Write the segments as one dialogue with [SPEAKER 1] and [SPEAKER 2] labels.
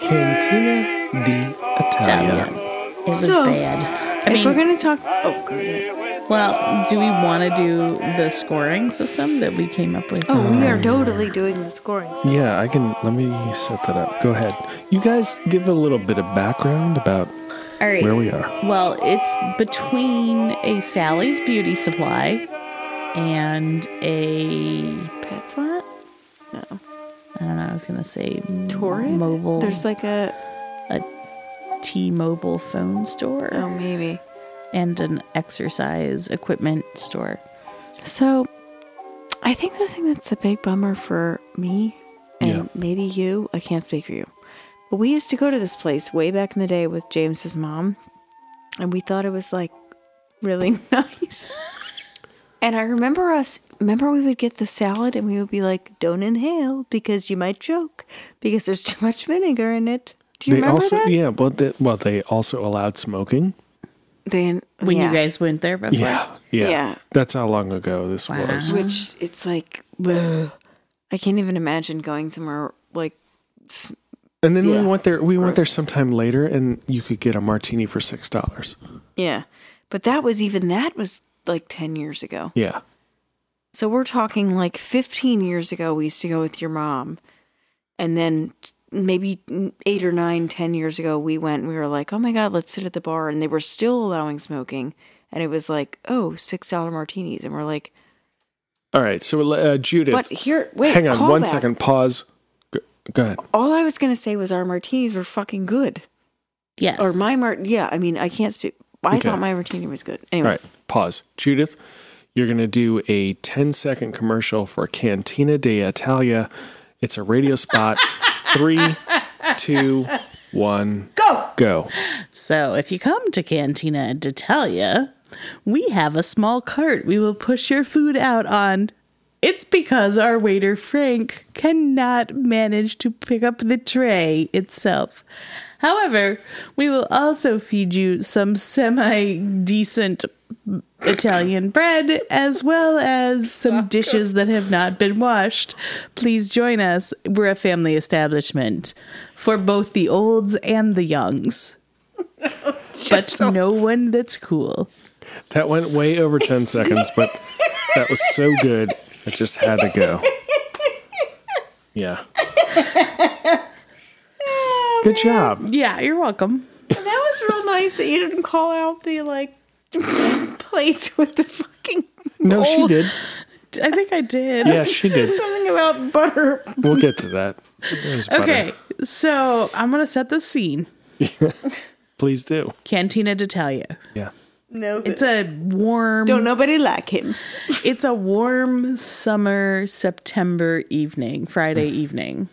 [SPEAKER 1] Cantina di
[SPEAKER 2] Italian.
[SPEAKER 1] Italia.
[SPEAKER 2] It was
[SPEAKER 3] So,
[SPEAKER 2] bad. I
[SPEAKER 3] if
[SPEAKER 2] mean,
[SPEAKER 3] we're gonna talk, oh, go ahead.
[SPEAKER 2] well, do we want to do the scoring system that we came up with?
[SPEAKER 3] oh, we are totally doing the scoring. system.
[SPEAKER 1] Yeah, I can. Let me set that up. Go ahead. You guys give a little bit of background about
[SPEAKER 2] All right.
[SPEAKER 1] where we are.
[SPEAKER 2] Well, it's between a Sally's Beauty Supply and a
[SPEAKER 3] PetSmart, no,
[SPEAKER 2] I don't know. I was gonna say
[SPEAKER 3] Torrid.
[SPEAKER 2] mobile.
[SPEAKER 3] There's like a
[SPEAKER 2] T-Mobile phone store
[SPEAKER 3] oh maybe.
[SPEAKER 2] and an exercise equipment store.
[SPEAKER 3] So, I think the thing that's a big bummer for me and
[SPEAKER 1] Yeah.
[SPEAKER 3] maybe you, I can't speak for you, but we used to go to this place way back in the day with James's mom, and we thought it was like really nice. and I remember us, remember we would get the salad and we would be like, don't inhale because you might choke because there's too much vinegar in it. Do you
[SPEAKER 1] they
[SPEAKER 3] remember
[SPEAKER 1] also,
[SPEAKER 3] that?
[SPEAKER 1] yeah, well, they, well, they also allowed smoking.
[SPEAKER 3] Then
[SPEAKER 2] When
[SPEAKER 3] yeah.
[SPEAKER 2] you guys went there before,
[SPEAKER 1] Yeah, yeah,
[SPEAKER 3] Yeah.
[SPEAKER 1] That's how long ago this
[SPEAKER 2] Wow.
[SPEAKER 1] was.
[SPEAKER 3] which it's like ugh. I can't even imagine going somewhere like s-
[SPEAKER 1] And then
[SPEAKER 3] Yeah.
[SPEAKER 1] we went there. We went
[SPEAKER 3] Gross.
[SPEAKER 1] there sometime later, and you could get a martini for six dollars.
[SPEAKER 3] yeah, but that was even that was like 10 years ago.
[SPEAKER 1] Yeah,
[SPEAKER 3] So we're talking like 15 years ago we used to go with your mom. And then t- maybe 8 or nine, ten years ago we went and we were like, "Oh my god, let's sit at the bar." And they were still allowing smoking. And it was like, "Oh, $6 martinis." And we're like,
[SPEAKER 1] All right, so uh, Judith,
[SPEAKER 3] "But here, wait,
[SPEAKER 1] hang on
[SPEAKER 3] call
[SPEAKER 1] one
[SPEAKER 3] back.
[SPEAKER 1] second. Pause. Go, go ahead.
[SPEAKER 3] All I was going to say was our martinis were fucking good.
[SPEAKER 2] yes,
[SPEAKER 3] Or my mart. Yeah, I mean, I can't speak. I
[SPEAKER 1] Okay.
[SPEAKER 3] thought my martini was good.
[SPEAKER 1] All
[SPEAKER 3] Anyway,
[SPEAKER 1] right, pause. Judith, you're going to do a 10 second commercial for Cantina de Italia. It's a radio spot. Three, two, one, go. Go.
[SPEAKER 2] So if you come to Cantina d'Italia, we have a small cart we will push your food out on. It's because our waiter Frank cannot manage to pick up the tray itself. However, we will also feed you some semi decent Italian bread as well as some dishes that have not been washed. Please join us. We're a family establishment for both the olds and the youngs but no one that's cool.
[SPEAKER 1] That went way over 10 seconds, but that was so good. I just had to go. Yeah. Good job.
[SPEAKER 2] Yeah, you're welcome.
[SPEAKER 3] that was real nice that you didn't call out the like plates with the fucking.
[SPEAKER 1] No, she
[SPEAKER 3] Old-
[SPEAKER 1] did.
[SPEAKER 2] I think I did.
[SPEAKER 1] Yeah, she did.
[SPEAKER 3] Something about butter.
[SPEAKER 1] We'll get to that. There's butter.
[SPEAKER 2] Okay, so I'm gonna set the scene.
[SPEAKER 1] Please do.
[SPEAKER 2] Cantina d'Italia.
[SPEAKER 1] Yeah.
[SPEAKER 3] No,
[SPEAKER 2] It's a warm.
[SPEAKER 3] don't nobody like him.
[SPEAKER 2] It's a warm summer September evening, Friday evening.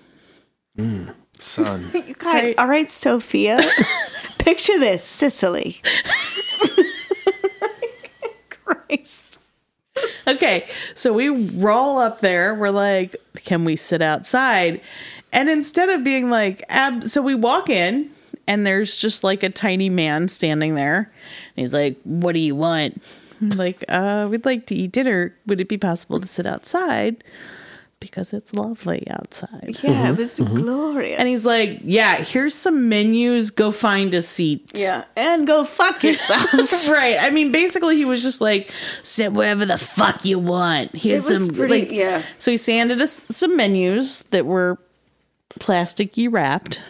[SPEAKER 1] Son.
[SPEAKER 3] You got it. all right, Sophia. Picture this, Sicily. Christ.
[SPEAKER 2] Okay, so we roll up there. We're like, can we sit outside? And instead of being like, ab- so we walk in, and there's just like a tiny man standing there. And he's like, what do you want? I'm like, uh, we'd like to eat dinner. Would it be possible to sit outside? Because it's lovely outside.
[SPEAKER 3] Yeah, it was
[SPEAKER 2] mm-hmm.
[SPEAKER 3] glorious.
[SPEAKER 2] And he's like, yeah, here's some menus. Go find a seat.
[SPEAKER 3] yeah, and go fuck yourselves.
[SPEAKER 2] Right. I mean, basically, he was just like, sit wherever the fuck you want. Here's
[SPEAKER 3] It was
[SPEAKER 2] some
[SPEAKER 3] pretty-
[SPEAKER 2] like,
[SPEAKER 3] yeah.
[SPEAKER 2] So he handed us some menus that were plasticky wrapped,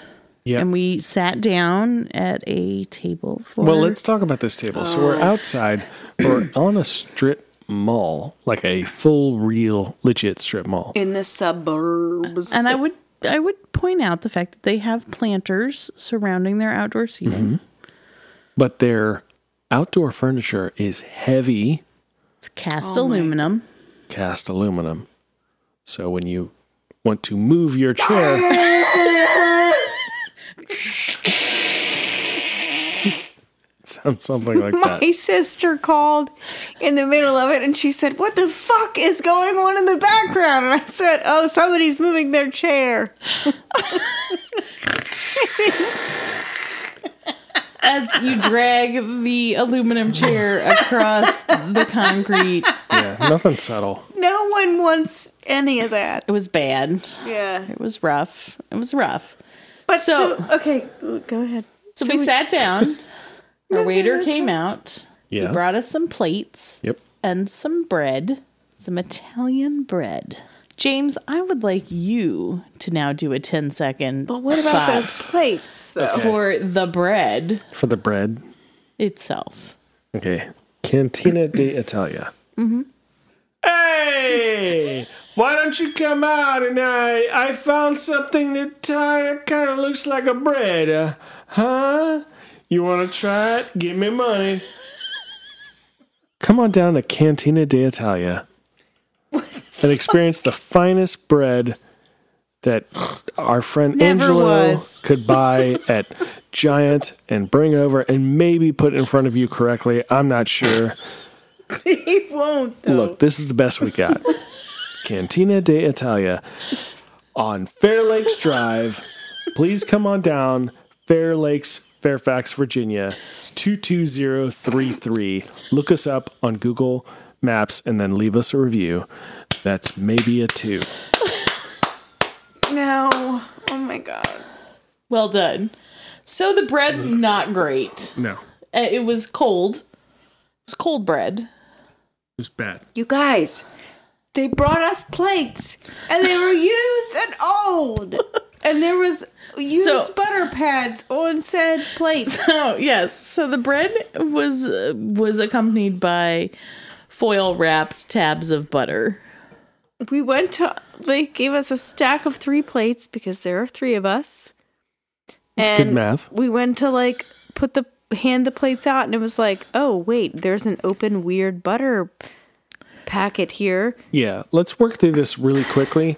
[SPEAKER 1] Yeah.
[SPEAKER 2] and we sat down at a table for.
[SPEAKER 1] Well, let's talk about this table. So we're outside. We're on a strip mall, like a full, real, legit strip mall.
[SPEAKER 3] In the suburbs.
[SPEAKER 2] And I would I would point out the fact that they have planters surrounding their outdoor seating.
[SPEAKER 1] Mm-hmm. But their outdoor furniture is heavy
[SPEAKER 2] It's cast aluminum.
[SPEAKER 1] cast aluminum. So when you want to move your chair, sounds something like that.
[SPEAKER 3] My sister called in the middle of it and she said, What the fuck is going on in the background? And I said, Oh, somebody's moving their chair.
[SPEAKER 2] As you drag the aluminum chair across the concrete,
[SPEAKER 1] Yeah, nothing subtle.
[SPEAKER 3] No one wants any of that.
[SPEAKER 2] it was bad.
[SPEAKER 3] Yeah.
[SPEAKER 2] It was rough. It was rough.
[SPEAKER 3] But
[SPEAKER 2] So-
[SPEAKER 3] so, okay, go ahead.
[SPEAKER 2] So, we, sat down. Our waiter came out.
[SPEAKER 1] Yeah.
[SPEAKER 2] He brought us some plates
[SPEAKER 1] Yep.
[SPEAKER 2] and some bread, some Italian bread. James, I would like you to now do a 10 second
[SPEAKER 3] But what
[SPEAKER 2] spot
[SPEAKER 3] about those plates, though?
[SPEAKER 2] for the bread
[SPEAKER 1] For the bread.
[SPEAKER 2] itself.
[SPEAKER 1] Okay. Cantina di Italia. Mm-hmm. Hey! Why don't you come out and I I found something that kind of looks like a bread. Uh, huh? You want to try it? Give me money. come on down to Cantina di Italia and experience the finest bread that our friend
[SPEAKER 3] Never
[SPEAKER 1] Angelo
[SPEAKER 3] was.
[SPEAKER 1] could buy at Giant and bring over and maybe put in front of you correctly. I'm not sure.
[SPEAKER 3] he won't, though.
[SPEAKER 1] Look, this is the best we got. Cantina de Italia on Fair Lakes Drive. Please come on down. Fair Lakes, Fairfax, Virginia, 22033. Look us up on Google Maps and then leave us a review. That's maybe a two.
[SPEAKER 3] No. Oh my god.
[SPEAKER 2] Well done. So the bread, not great.
[SPEAKER 1] No, it
[SPEAKER 2] Uh, It was cold. It was cold bread.
[SPEAKER 1] was bad.
[SPEAKER 3] You guys, they brought us plates, and they were used and old, and there was used
[SPEAKER 2] So-
[SPEAKER 3] butter pads on said plates.
[SPEAKER 2] So yes, so the bread was uh, was accompanied by foil wrapped tabs of butter.
[SPEAKER 3] We went to. They gave us a stack of three plates because there are three of us. And
[SPEAKER 1] math.
[SPEAKER 3] We went to like put the hand the plates out, and it was like, oh wait, there's an open weird butter packet here.
[SPEAKER 1] Yeah, let's work through this really quickly.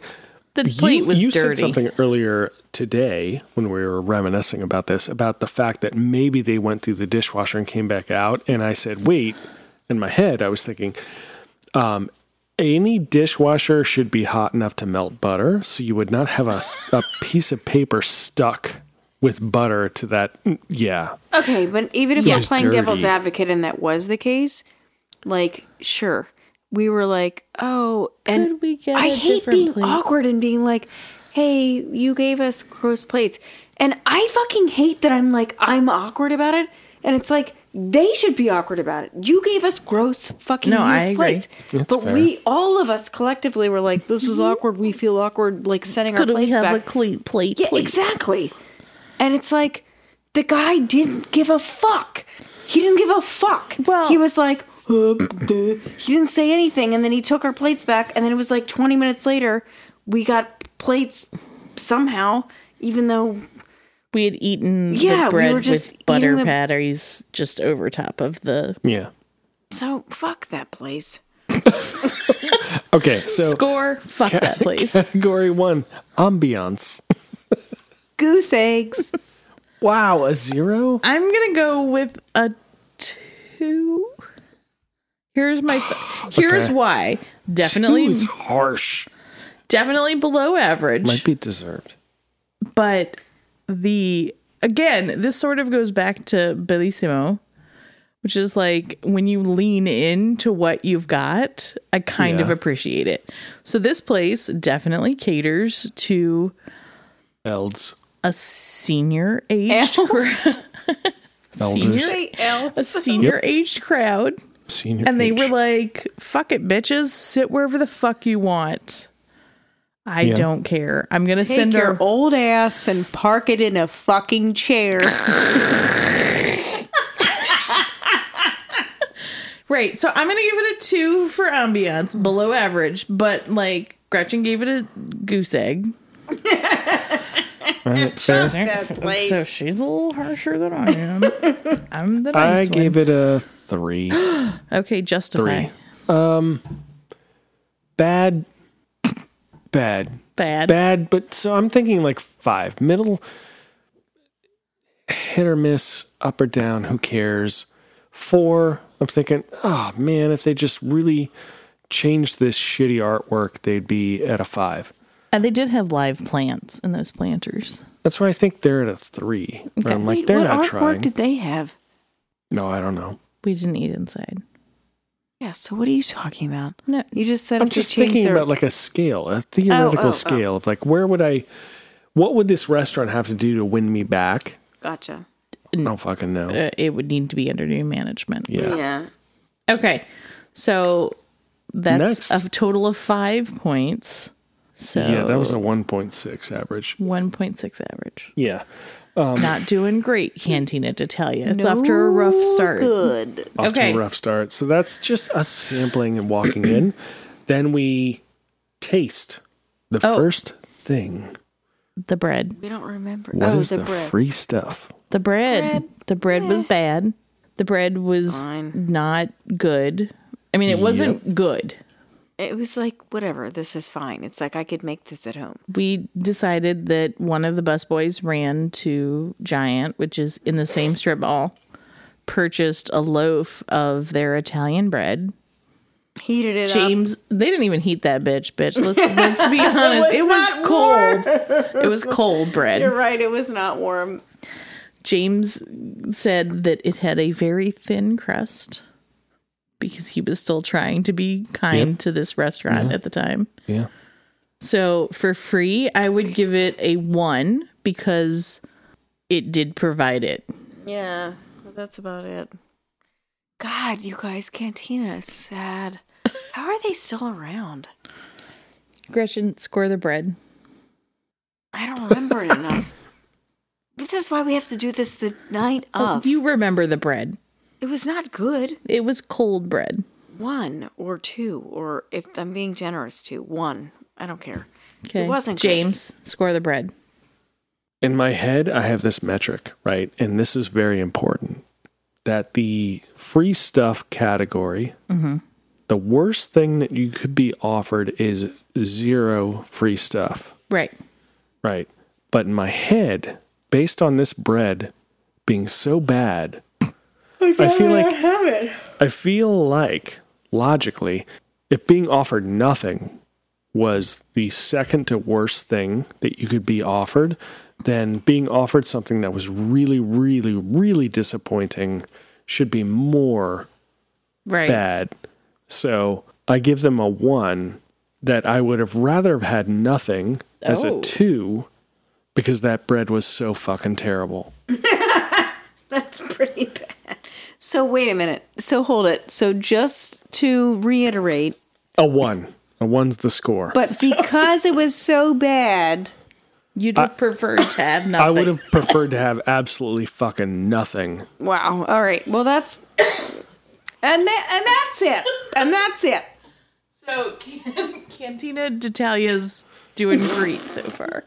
[SPEAKER 2] The plate was
[SPEAKER 1] you
[SPEAKER 2] dirty.
[SPEAKER 1] said something earlier today when we were reminiscing about this about the fact that maybe they went through the dishwasher and came back out and i said wait in my head i was thinking um, any dishwasher should be hot enough to melt butter so you would not have a, s- a piece of paper stuck with butter to that Mm, yeah
[SPEAKER 3] Okay, but even if
[SPEAKER 2] Yeah.
[SPEAKER 3] we're playing devil's
[SPEAKER 1] Dirty.
[SPEAKER 3] advocate and that was the case, like, sure. We were like, oh, and
[SPEAKER 2] Could we get
[SPEAKER 3] I
[SPEAKER 2] a
[SPEAKER 3] hate
[SPEAKER 2] different
[SPEAKER 3] being
[SPEAKER 2] plate?
[SPEAKER 3] awkward and being like, hey, you gave us gross plates. And I fucking hate that I'm like, I'm awkward about it. And it's like, they should be awkward about it. You gave us gross fucking
[SPEAKER 2] No, I
[SPEAKER 3] used
[SPEAKER 2] agree.
[SPEAKER 3] plates.
[SPEAKER 1] That's
[SPEAKER 3] but
[SPEAKER 1] fair.
[SPEAKER 3] we, all of us collectively were like, this was awkward. We feel awkward, like sending
[SPEAKER 2] Could
[SPEAKER 3] our
[SPEAKER 2] Mm-hmm. we
[SPEAKER 3] plates
[SPEAKER 2] have
[SPEAKER 3] back.
[SPEAKER 2] a clean plate,
[SPEAKER 3] Yeah,
[SPEAKER 2] please?
[SPEAKER 3] exactly. And it's like the guy didn't give a fuck. He didn't give a fuck.
[SPEAKER 2] Well-
[SPEAKER 3] he was like, uh, duh. he didn't say anything, and then he took our plates back, and then it was like 20 minutes later, we got plates somehow, even though
[SPEAKER 2] We had eaten
[SPEAKER 3] Yeah,
[SPEAKER 2] the
[SPEAKER 3] we
[SPEAKER 2] bread
[SPEAKER 3] were just
[SPEAKER 2] with butter
[SPEAKER 3] eating the-
[SPEAKER 2] patties just over top of the
[SPEAKER 1] yeah
[SPEAKER 3] so fuck that place.
[SPEAKER 1] okay so
[SPEAKER 2] score. Fuck that place.
[SPEAKER 1] category one ambiance
[SPEAKER 3] Goose eggs.
[SPEAKER 1] wow a zero
[SPEAKER 2] I'm gonna go with a two. Here's my. Th- here's
[SPEAKER 1] Okay.
[SPEAKER 2] why. Definitely,
[SPEAKER 1] Two's harsh
[SPEAKER 2] definitely below average.
[SPEAKER 1] might be deserved
[SPEAKER 2] but the again this sort of goes back to bellissimo which is like when you lean into what you've got i kind of
[SPEAKER 1] Yeah.
[SPEAKER 2] appreciate it so this place definitely caters to
[SPEAKER 1] elds
[SPEAKER 2] a senior aged crowd
[SPEAKER 1] Elders.
[SPEAKER 2] senior,
[SPEAKER 3] L.
[SPEAKER 2] a senior aged crowd
[SPEAKER 1] senior
[SPEAKER 2] and they
[SPEAKER 1] age.
[SPEAKER 2] were like fuck it bitches sit wherever the fuck you want i
[SPEAKER 1] Yeah.
[SPEAKER 2] don't care i'm gonna
[SPEAKER 3] Take
[SPEAKER 2] send
[SPEAKER 3] your
[SPEAKER 2] her
[SPEAKER 3] old ass and park it in a fucking chair.
[SPEAKER 2] Right. So I'm going to give it a two for ambiance, below average, but like Gretchen gave it a goose egg.
[SPEAKER 1] All right, fair.
[SPEAKER 3] place.
[SPEAKER 2] So she's a little harsher than I am. I'm the nice
[SPEAKER 1] I gave it a three.
[SPEAKER 2] one. Okay, justify.
[SPEAKER 1] three. bad, bad,
[SPEAKER 2] Bad.
[SPEAKER 1] bad. But so I'm thinking like five, middle, hit or miss, up or down. Who cares? Four. I'm thinking, oh man, if they just really changed this shitty artwork, they'd be at a five.
[SPEAKER 2] And they did have live plants in those planters.
[SPEAKER 1] That's why I think they're at a three. Where I'm like,
[SPEAKER 3] Wait,
[SPEAKER 1] they're
[SPEAKER 3] what
[SPEAKER 1] not
[SPEAKER 3] artwork
[SPEAKER 1] trying.
[SPEAKER 3] did they have?
[SPEAKER 1] no, I don't know.
[SPEAKER 2] We didn't eat inside.
[SPEAKER 3] Yeah, so what are you talking about?
[SPEAKER 2] No.
[SPEAKER 3] You just said
[SPEAKER 1] I'm
[SPEAKER 3] if they
[SPEAKER 1] just
[SPEAKER 3] changed
[SPEAKER 1] thinking
[SPEAKER 3] their-
[SPEAKER 1] about like a scale, a theoretical
[SPEAKER 3] oh, oh.
[SPEAKER 1] scale of like where would I What would this restaurant have to do to win me back?
[SPEAKER 3] Gotcha.
[SPEAKER 1] I don't fucking know.
[SPEAKER 3] Eh,
[SPEAKER 2] Uh, it would need to be under new management.
[SPEAKER 1] Yeah.
[SPEAKER 2] Okay. So that's
[SPEAKER 1] Next.
[SPEAKER 2] a total of five points. So
[SPEAKER 1] Yeah, that was a 1.6 average.
[SPEAKER 2] 1.6 average.
[SPEAKER 1] Yeah.
[SPEAKER 2] Not doing great, Cantina, to tell you. It's after a rough start.
[SPEAKER 3] Good.
[SPEAKER 1] Off
[SPEAKER 2] Okay.
[SPEAKER 1] to a rough start. So that's just us sampling and walking in. Then we taste the
[SPEAKER 2] Oh.
[SPEAKER 1] first thing.
[SPEAKER 2] The bread.
[SPEAKER 3] We don't remember.
[SPEAKER 1] What is
[SPEAKER 3] oh,
[SPEAKER 1] the,
[SPEAKER 3] the bread.
[SPEAKER 1] free stuff?
[SPEAKER 2] The bread.
[SPEAKER 3] Bread.
[SPEAKER 2] The bread was bad. The bread was
[SPEAKER 3] Fine.
[SPEAKER 2] not good. I mean, it wasn't good.
[SPEAKER 3] It was like whatever. This is fine. It's like I could make this at home.
[SPEAKER 2] We decided that one of the busboys ran to Giant, which is in the same strip mall, purchased a loaf of their Italian bread.
[SPEAKER 3] Heated it up.
[SPEAKER 2] James, they didn't even heat that bitch, bitch. Let's let's be honest. it was, cold. It was cold bread.
[SPEAKER 3] You're right. It was not warm.
[SPEAKER 2] James said that it had a very thin crust because he was still trying to be kind to this restaurant at the time.
[SPEAKER 1] Yeah.
[SPEAKER 2] So for free, I would give it a one because it did provide it.
[SPEAKER 3] Yeah, but that's about it. God, you guys, Cantina is sad. How are they still around?
[SPEAKER 2] Gretchen, score the bread.
[SPEAKER 3] I don't remember it enough. This is why we have to do this the night
[SPEAKER 1] Oh,
[SPEAKER 3] of.
[SPEAKER 2] Oh, You remember the bread.
[SPEAKER 3] it was not good.
[SPEAKER 2] It was cold bread.
[SPEAKER 3] One or two, or if I'm being generous, two. One. I don't care.
[SPEAKER 2] Okay.
[SPEAKER 3] wasn't good.
[SPEAKER 2] James, score the bread.
[SPEAKER 1] In my head, I have this metric, right? And this is very important that the free stuff category, the worst thing that you could be offered is zero free stuff,
[SPEAKER 2] Right.
[SPEAKER 1] right? But in my head, based on this bread being so bad, I feel like I feel like logically, if being offered nothing was the second to worst thing that you could be offered, then being offered something that was really, really, really disappointing should be more
[SPEAKER 2] Right.
[SPEAKER 1] bad. So I give them a one that I would have rather have had nothing as
[SPEAKER 2] Oh.
[SPEAKER 1] a two because that bread was so fucking terrible.
[SPEAKER 3] That's pretty bad. So, wait a minute. So, hold it. So, just to reiterate,
[SPEAKER 1] A one. A one's the score.
[SPEAKER 3] but because it was so bad,
[SPEAKER 2] You'd have preferred to have nothing.
[SPEAKER 1] I would have preferred to have absolutely fucking nothing
[SPEAKER 3] Wow. All right. Well, that's and tha- and that's it. And that's it.
[SPEAKER 2] So can, Cantina d'Italia's doing great so far.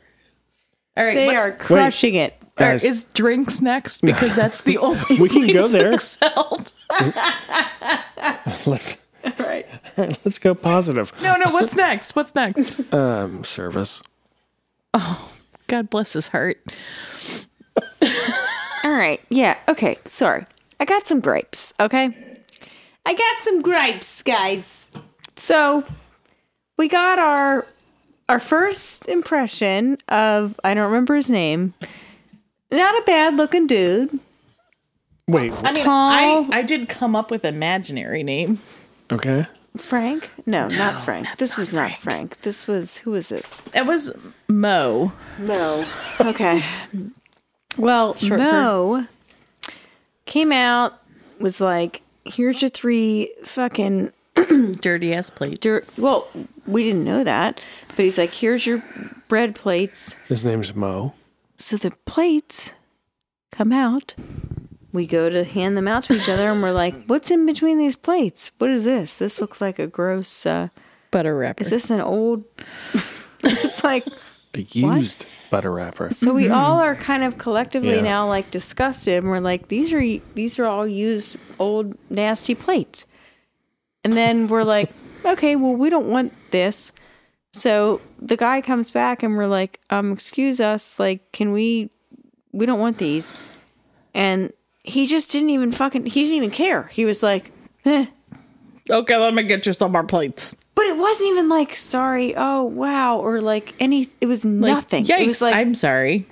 [SPEAKER 2] All right,
[SPEAKER 3] They
[SPEAKER 2] what's-
[SPEAKER 3] are crushing it.
[SPEAKER 2] or
[SPEAKER 1] Guys,
[SPEAKER 2] is drinks next because that's the only
[SPEAKER 1] We can go
[SPEAKER 2] place
[SPEAKER 1] there.
[SPEAKER 2] that excelled.
[SPEAKER 1] let's
[SPEAKER 3] Right.
[SPEAKER 1] let's go positive.
[SPEAKER 2] No, no. What's next? What's next?
[SPEAKER 1] Um, service.
[SPEAKER 2] God bless his heart.
[SPEAKER 3] All right. Yeah. Okay. Sorry. I got some grapes. Okay. I got some grapes, guys. So we got our our first impression of I don't remember his name. Not a bad looking dude.
[SPEAKER 1] Wait.
[SPEAKER 2] I mean,
[SPEAKER 3] Tall.
[SPEAKER 2] I, I did come up with imaginary name.
[SPEAKER 1] Okay.
[SPEAKER 3] Frank? No, not Frank. this was not Frank. This was who was this?
[SPEAKER 2] That was Mo.
[SPEAKER 3] No. Okay. Well, Mo came out was like, "Here's your three fucking."
[SPEAKER 2] Dirty ass plate.
[SPEAKER 3] dir- Well, we didn't know that, but he's like, "Here's your bread plates."
[SPEAKER 1] His name's Mo.
[SPEAKER 3] So the plates come out. We go to hand them out to each other, and we're like, "What's in between these plates? What is this? This looks like a gross. Uh,
[SPEAKER 2] butter wrapper.
[SPEAKER 3] is this an old?" it's like
[SPEAKER 1] The used butter wrapper.
[SPEAKER 3] So
[SPEAKER 2] Mm-hmm.
[SPEAKER 3] we all are kind of collectively
[SPEAKER 1] Yeah.
[SPEAKER 3] now like disgusted, and we're like, these are these are all used old nasty plates. And then we're like, okay, well we don't want this. So the guy comes back and we're like, um, excuse us, like, can we? We don't want these. And he just didn't even fucking. He didn't even care. He was like, eh.
[SPEAKER 2] okay, let me get you some more plates.
[SPEAKER 3] but it wasn't even like sorry, oh wow, or like any. It was
[SPEAKER 2] Like,
[SPEAKER 3] nothing.
[SPEAKER 2] Yikes!
[SPEAKER 3] It was like
[SPEAKER 2] I'm sorry.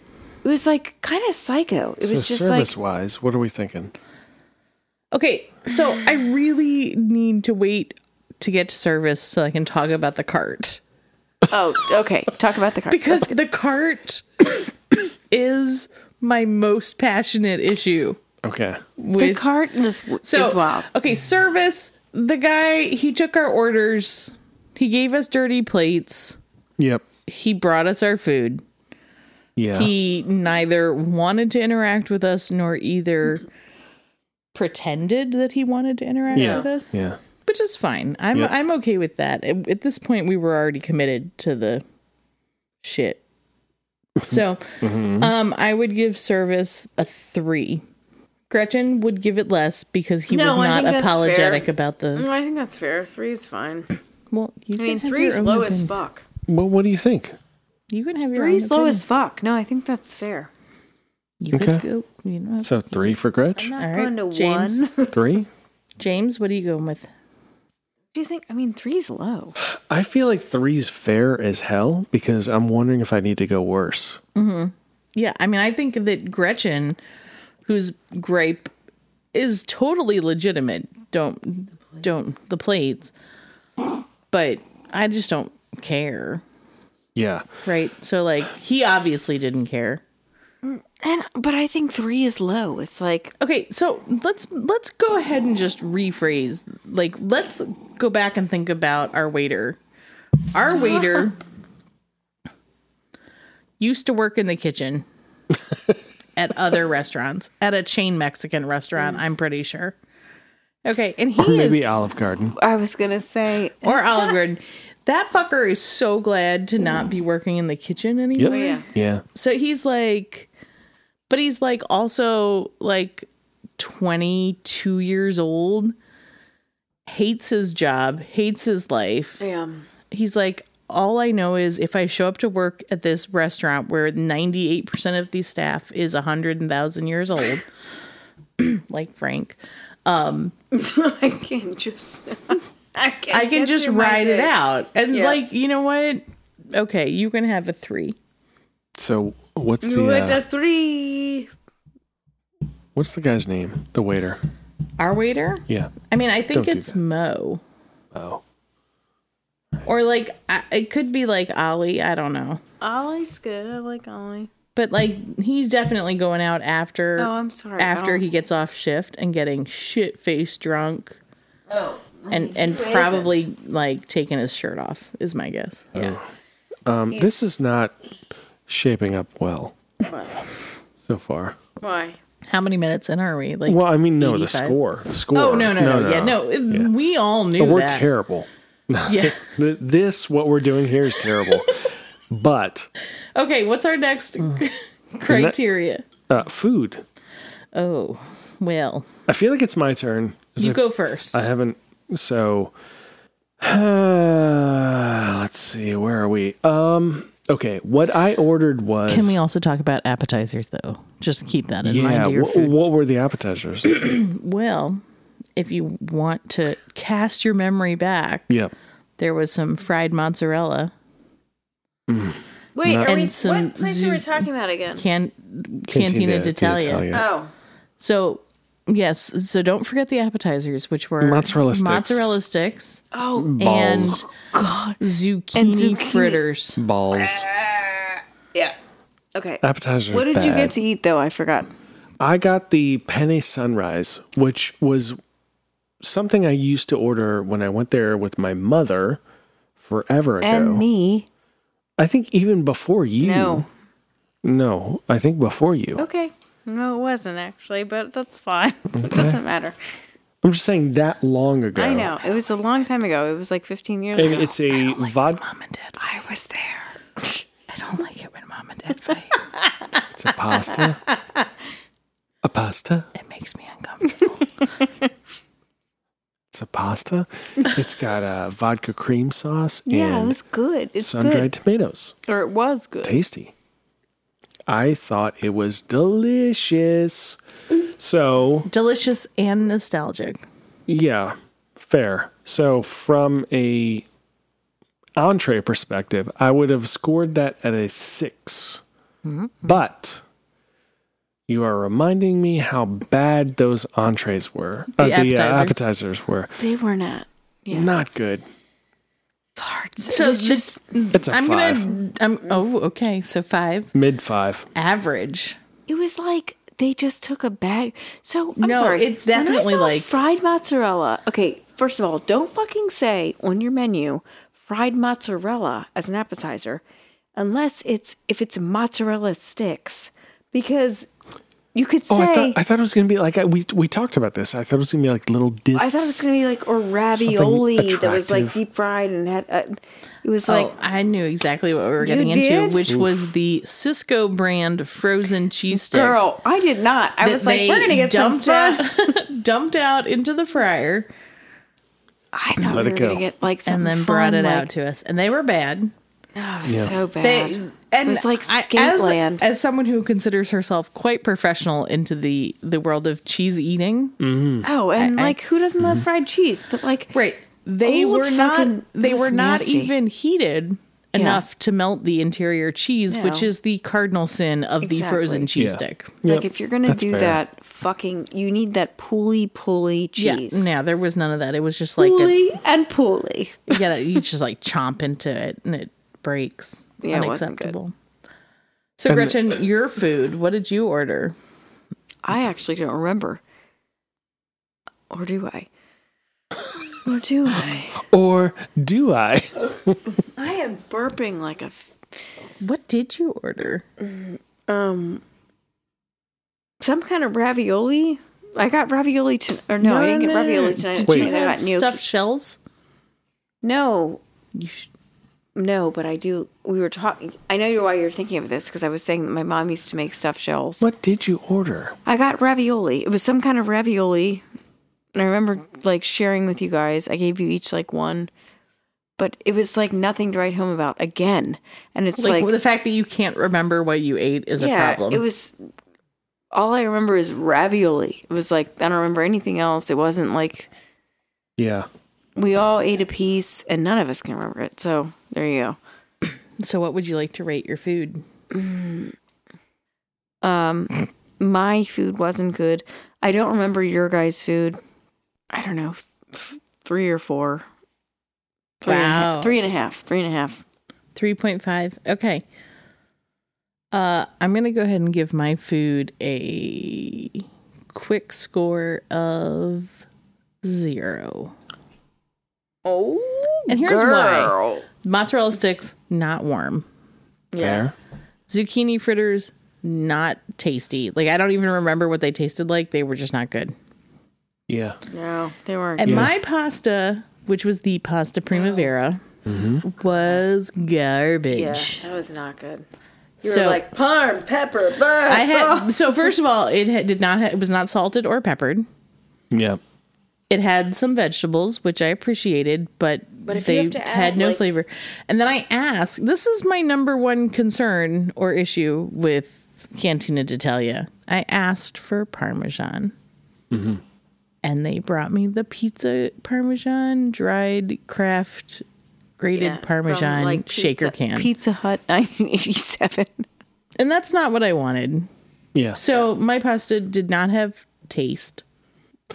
[SPEAKER 3] it was like kind of psycho. It
[SPEAKER 1] So
[SPEAKER 3] was just like
[SPEAKER 1] service wise, what are we thinking?
[SPEAKER 2] Okay, so I really need to wait to get to service so I can talk about the cart
[SPEAKER 3] Oh, okay. Talk about the car.
[SPEAKER 2] because the cart is my most passionate issue
[SPEAKER 1] Okay.
[SPEAKER 3] The
[SPEAKER 2] with
[SPEAKER 3] carton is,
[SPEAKER 2] so
[SPEAKER 3] is wild.
[SPEAKER 2] okay service the guy he took our orders he gave us dirty plates
[SPEAKER 1] Yep.
[SPEAKER 2] he brought us our food
[SPEAKER 1] Yeah.
[SPEAKER 2] he neither wanted to interact with us nor either pretended that he wanted to interact
[SPEAKER 1] yeah.
[SPEAKER 2] with us
[SPEAKER 1] Yeah.
[SPEAKER 2] which is fine i'm
[SPEAKER 1] Yep.
[SPEAKER 2] i'm okay with that at, at this point we were already committed to the shit so um i would give service a 3 gretchen would give it less because he
[SPEAKER 3] No,
[SPEAKER 2] was
[SPEAKER 3] I
[SPEAKER 2] not
[SPEAKER 3] think that's fair.
[SPEAKER 2] apologetic about the
[SPEAKER 3] mm, I think that's fair. Three's fine.
[SPEAKER 2] well you
[SPEAKER 3] I mean,
[SPEAKER 2] can have
[SPEAKER 3] three's
[SPEAKER 2] your own
[SPEAKER 3] low as
[SPEAKER 2] opinion.
[SPEAKER 3] fuck.
[SPEAKER 1] Well, what do you think?
[SPEAKER 2] you can have your
[SPEAKER 3] Three's
[SPEAKER 2] own
[SPEAKER 3] low
[SPEAKER 2] opinion.
[SPEAKER 3] as fuck. No, I think that's fair.
[SPEAKER 2] you could
[SPEAKER 1] Okay.
[SPEAKER 2] go you know
[SPEAKER 1] So three for Gretch.
[SPEAKER 3] I'm
[SPEAKER 2] All
[SPEAKER 3] not
[SPEAKER 2] right,
[SPEAKER 3] going to
[SPEAKER 2] James.
[SPEAKER 3] one. What
[SPEAKER 1] Three.
[SPEAKER 2] james what are you going with
[SPEAKER 3] do you think? I mean, three's low.
[SPEAKER 1] I feel like three's fair as hell because I'm wondering if I need to go worse.
[SPEAKER 2] Yeah, I mean, I think that Gretchen, whose gripe is totally legitimate. Don't don't the plates, but I just don't care,
[SPEAKER 1] Yeah.
[SPEAKER 2] right? So like, he obviously didn't care.
[SPEAKER 3] And but I think three is low. It's like
[SPEAKER 2] Okay, so let's let's go ahead and just rephrase. Like, let's go back and think about our waiter. Our waiter used to work in the kitchen at other restaurants, at a chain Mexican restaurant, I'm pretty sure. Okay, and he
[SPEAKER 1] Mm. Or maybe
[SPEAKER 2] is
[SPEAKER 1] Olive Garden.
[SPEAKER 3] I was gonna say.
[SPEAKER 2] or Olive Garden. That fucker is so glad to not be working in the kitchen anymore.
[SPEAKER 1] Mm. Yep.
[SPEAKER 3] yeah.
[SPEAKER 1] Yeah.
[SPEAKER 2] So he's like, but he's like also like 22 years old, hates his job, hates his life.
[SPEAKER 3] Damn.
[SPEAKER 2] He's like, all I know is if I show up to work at this restaurant where 98% of the staff is 100,000 years old, like Frank, um,
[SPEAKER 3] I can just. I can,
[SPEAKER 2] I can
[SPEAKER 3] get
[SPEAKER 2] just
[SPEAKER 3] through my
[SPEAKER 2] ride it
[SPEAKER 3] day.
[SPEAKER 2] out. And
[SPEAKER 3] Yeah.
[SPEAKER 2] like, you know what? Okay, you can have a three.
[SPEAKER 1] So what's
[SPEAKER 3] You
[SPEAKER 1] the
[SPEAKER 3] at
[SPEAKER 1] uh,
[SPEAKER 3] a three.
[SPEAKER 1] what's the guy's name? The waiter.
[SPEAKER 2] Our waiter?
[SPEAKER 1] Yeah.
[SPEAKER 2] I mean, I
[SPEAKER 1] Don't
[SPEAKER 2] think
[SPEAKER 1] do
[SPEAKER 2] it's
[SPEAKER 1] that.
[SPEAKER 2] Mo.
[SPEAKER 1] Oh.
[SPEAKER 2] Or like I, it could be like Ollie, I don't know.
[SPEAKER 3] Ollie's good. I like Ollie.
[SPEAKER 2] But like he's definitely going out after
[SPEAKER 3] Oh, I'm sorry.
[SPEAKER 2] after
[SPEAKER 3] Oh.
[SPEAKER 2] he gets off shift and getting shit faced drunk
[SPEAKER 3] Oh.
[SPEAKER 2] and and
[SPEAKER 3] Who
[SPEAKER 2] probably like taking his shirt off is my guess.
[SPEAKER 3] Yeah.
[SPEAKER 1] Um, this is not shaping up well so far.
[SPEAKER 3] Why?
[SPEAKER 2] How many minutes in are we? Like
[SPEAKER 1] Well, I mean, no, the
[SPEAKER 2] 85.
[SPEAKER 1] score. The score.
[SPEAKER 2] Oh no no no, yeah no it-
[SPEAKER 1] Yeah.
[SPEAKER 2] we all knew
[SPEAKER 1] But we're
[SPEAKER 2] that.
[SPEAKER 1] terrible.
[SPEAKER 2] yeah.
[SPEAKER 1] Th- This, what we're doing here, is terrible. but
[SPEAKER 2] Okay, what's our next criteria?
[SPEAKER 1] uh, food.
[SPEAKER 2] oh well,
[SPEAKER 1] I feel like it's my turn. 'cause
[SPEAKER 2] you
[SPEAKER 1] I-
[SPEAKER 2] go first.
[SPEAKER 1] I haven't. So, uh, let's see. Where are we? Um. Okay. What I ordered was.
[SPEAKER 2] Can we also talk about appetizers though? Just keep that in mind.
[SPEAKER 1] yeah.
[SPEAKER 2] to your
[SPEAKER 1] What,
[SPEAKER 2] food.
[SPEAKER 1] what were the appetizers?
[SPEAKER 2] Well, if you want to cast your memory back,
[SPEAKER 1] yep.
[SPEAKER 2] there was some fried mozzarella,
[SPEAKER 3] Wait,
[SPEAKER 1] No.
[SPEAKER 3] are
[SPEAKER 2] And
[SPEAKER 3] we,
[SPEAKER 2] some
[SPEAKER 3] what place
[SPEAKER 2] zoo-
[SPEAKER 3] are we talking about again?
[SPEAKER 2] can, Cantina d'Italia.
[SPEAKER 1] d'Italia.
[SPEAKER 3] Oh,
[SPEAKER 2] So, yes, so don't forget the appetizers, which were
[SPEAKER 1] Mozzarella sticks.
[SPEAKER 2] mozzarella sticks
[SPEAKER 3] oh,
[SPEAKER 1] Balls.
[SPEAKER 2] and zucchini,
[SPEAKER 3] And zucchini.
[SPEAKER 2] fritters.
[SPEAKER 1] balls.
[SPEAKER 3] yeah. Okay.
[SPEAKER 1] Appetizers.
[SPEAKER 3] What did you
[SPEAKER 1] bad.
[SPEAKER 3] get to eat though? I forgot.
[SPEAKER 1] I got the penne sunrise, which was something I used to order when I went there with my mother forever ago.
[SPEAKER 3] And me.
[SPEAKER 1] I think even before you.
[SPEAKER 3] No. Oh.
[SPEAKER 1] No, I think before you.
[SPEAKER 3] Okay. No, it wasn't actually, but that's fine. It doesn't matter.
[SPEAKER 1] I'm just saying that long ago.
[SPEAKER 3] I know. It was a long time ago. It was like 15 years
[SPEAKER 1] And
[SPEAKER 3] ago.
[SPEAKER 1] it's a vodka.
[SPEAKER 2] Mom and dad,
[SPEAKER 3] I was there.
[SPEAKER 2] I don't like it when mom and dad fight.
[SPEAKER 1] It's a pasta. a pasta.
[SPEAKER 2] it makes me uncomfortable.
[SPEAKER 1] It's a pasta. It's got a vodka cream sauce
[SPEAKER 3] Yeah, it
[SPEAKER 1] and
[SPEAKER 3] was good. It's
[SPEAKER 1] sun-dried tomatoes.
[SPEAKER 3] good. Or it was good.
[SPEAKER 1] tasty. I thought it was delicious.
[SPEAKER 3] Mm.
[SPEAKER 1] So,
[SPEAKER 2] Delicious and nostalgic.
[SPEAKER 1] yeah, fair. So, from a entree perspective, I would have scored that at a 6.
[SPEAKER 3] Mm-hmm.
[SPEAKER 1] But you are reminding me how bad those entrees were.
[SPEAKER 2] The
[SPEAKER 1] uh, the uh,
[SPEAKER 2] appetizers.
[SPEAKER 1] appetizers were.
[SPEAKER 3] They were not. Yeah.
[SPEAKER 1] Not good.
[SPEAKER 3] farts.
[SPEAKER 2] So
[SPEAKER 3] So it's just
[SPEAKER 2] just
[SPEAKER 1] It's a
[SPEAKER 2] I'm
[SPEAKER 1] five.
[SPEAKER 2] gonna I'm oh okay, so five.
[SPEAKER 1] Mid five.
[SPEAKER 2] Average.
[SPEAKER 3] it was like they just took a bag. So I'm
[SPEAKER 2] No,
[SPEAKER 3] sorry.
[SPEAKER 2] it's
[SPEAKER 3] When I
[SPEAKER 2] definitely
[SPEAKER 3] saw
[SPEAKER 2] like-
[SPEAKER 3] fried mozzarella. Okay, first of all, don't fucking say on your menu fried mozzarella as an appetizer, unless it's if it's mozzarella sticks, because you could say.
[SPEAKER 1] Oh, I
[SPEAKER 3] I
[SPEAKER 1] thought, I thought it was going to be like, I, we, we talked about this. I thought it was going to be like little discs.
[SPEAKER 3] thought it was gonna be like or ravioli that was like
[SPEAKER 1] attractive.
[SPEAKER 3] deep fried and had uh, it was like
[SPEAKER 2] oh, I knew exactly what we were getting into,
[SPEAKER 3] did?
[SPEAKER 2] which was the Cisco brand frozen cheese stick.
[SPEAKER 3] girl I did not I
[SPEAKER 2] that
[SPEAKER 3] was like
[SPEAKER 2] they
[SPEAKER 3] we're gonna get some
[SPEAKER 2] dumped
[SPEAKER 3] fried
[SPEAKER 2] out, dumped out into the fryer
[SPEAKER 3] I thought
[SPEAKER 1] Let
[SPEAKER 3] we
[SPEAKER 1] it
[SPEAKER 3] were
[SPEAKER 1] go.
[SPEAKER 3] gonna get like some
[SPEAKER 2] and then brought it
[SPEAKER 3] like,
[SPEAKER 2] out to us. And they were bad.
[SPEAKER 3] Oh, it was
[SPEAKER 1] Yeah.
[SPEAKER 3] so bad.
[SPEAKER 2] They and
[SPEAKER 3] it was like
[SPEAKER 2] I-
[SPEAKER 3] skate
[SPEAKER 2] as,
[SPEAKER 3] land.
[SPEAKER 2] as someone who considers herself quite professional into the the world of cheese eating.
[SPEAKER 3] oh, and like who doesn't love
[SPEAKER 1] Mm-hmm.
[SPEAKER 3] fried cheese? But like
[SPEAKER 2] Right. They
[SPEAKER 3] Old
[SPEAKER 2] were not
[SPEAKER 3] Oh, fucking-
[SPEAKER 2] they
[SPEAKER 3] it was
[SPEAKER 2] were not
[SPEAKER 3] nasty.
[SPEAKER 2] even heated enough to melt the interior cheese, which
[SPEAKER 3] No.
[SPEAKER 2] is the cardinal sin of the frozen
[SPEAKER 3] Exactly.
[SPEAKER 2] cheese
[SPEAKER 1] Yeah.
[SPEAKER 2] stick.
[SPEAKER 1] Yep,
[SPEAKER 3] like if you're gonna
[SPEAKER 1] that's
[SPEAKER 3] do
[SPEAKER 1] fair.
[SPEAKER 3] that, fucking you need that pulley pulley cheese.
[SPEAKER 2] Yeah. Yeah, there was none of that. It was just like a, you
[SPEAKER 3] Pulley and pulley.
[SPEAKER 2] gotta you just like chomp into it and it breaks.
[SPEAKER 3] Yeah, it wasn't good.
[SPEAKER 2] Unacceptable. So Gretchen, your food, what did you order?
[SPEAKER 3] I actually don't remember. Or do I? Or do I?
[SPEAKER 1] Or do I?
[SPEAKER 3] I am burping like a f-
[SPEAKER 2] What did you order?
[SPEAKER 3] um some kind of ravioli. I got ravioli to, or no, I didn't get ravioli tonight.
[SPEAKER 2] Did
[SPEAKER 1] Wait.
[SPEAKER 2] you
[SPEAKER 3] I
[SPEAKER 2] have
[SPEAKER 3] got gnocchi.
[SPEAKER 2] stuffed shells?
[SPEAKER 3] No,
[SPEAKER 2] You should,
[SPEAKER 3] No, but I do. We were talking. I know why you're thinking of this because I was saying that my mom used to make stuffed shells.
[SPEAKER 1] What did you order?
[SPEAKER 3] I got ravioli. It was some kind of ravioli, and I remember like sharing with you guys. I gave you each like one, but it was like nothing to write home about again. And it's
[SPEAKER 2] like,
[SPEAKER 3] like,
[SPEAKER 2] the fact that you can't remember what you ate is
[SPEAKER 3] yeah,
[SPEAKER 2] a problem.
[SPEAKER 3] it was. All I remember is ravioli. It was like I don't remember anything else. It wasn't like
[SPEAKER 1] Yeah.
[SPEAKER 3] we all ate a piece, and none of us can remember it. So there you go.
[SPEAKER 2] so what would you like to rate your food?
[SPEAKER 3] Um, my food wasn't good. I don't remember your guys' food. I don't know, f- three or four. Three and a ha-
[SPEAKER 2] Wow.
[SPEAKER 3] three and a half. Three and a half.
[SPEAKER 2] 3.5. Okay. Uh, I'm going to go ahead and give my food a quick score of zero.
[SPEAKER 3] Oh,
[SPEAKER 2] And here's why mozzarella sticks, not warm.
[SPEAKER 3] Yeah.
[SPEAKER 1] Fair.
[SPEAKER 2] Zucchini fritters, not tasty. Like, I don't even remember what they tasted like. They were just not good.
[SPEAKER 1] Yeah.
[SPEAKER 3] No, they weren't.
[SPEAKER 2] And my pasta, which was the pasta primavera, was garbage.
[SPEAKER 3] yeah, that was not good. You
[SPEAKER 2] So-
[SPEAKER 3] were like parm, pepper, burn.
[SPEAKER 2] I had so first of all, it had, did not ha- it was not salted or peppered.
[SPEAKER 1] Yeah.
[SPEAKER 2] It had some vegetables, which I appreciated, but,
[SPEAKER 3] if you
[SPEAKER 2] they
[SPEAKER 3] have to add,
[SPEAKER 2] had no
[SPEAKER 3] like-
[SPEAKER 2] flavor. And then I asked, this is my number one concern or issue with Cantina d'Italia. I asked for Parmesan. And they brought me the pizza Parmesan, dried, craft, grated Parmesan shaker can.
[SPEAKER 3] Pizza Hut, nineteen eighty-seven.
[SPEAKER 2] and that's not what I wanted.
[SPEAKER 1] Yeah.
[SPEAKER 2] So my pasta did not have taste.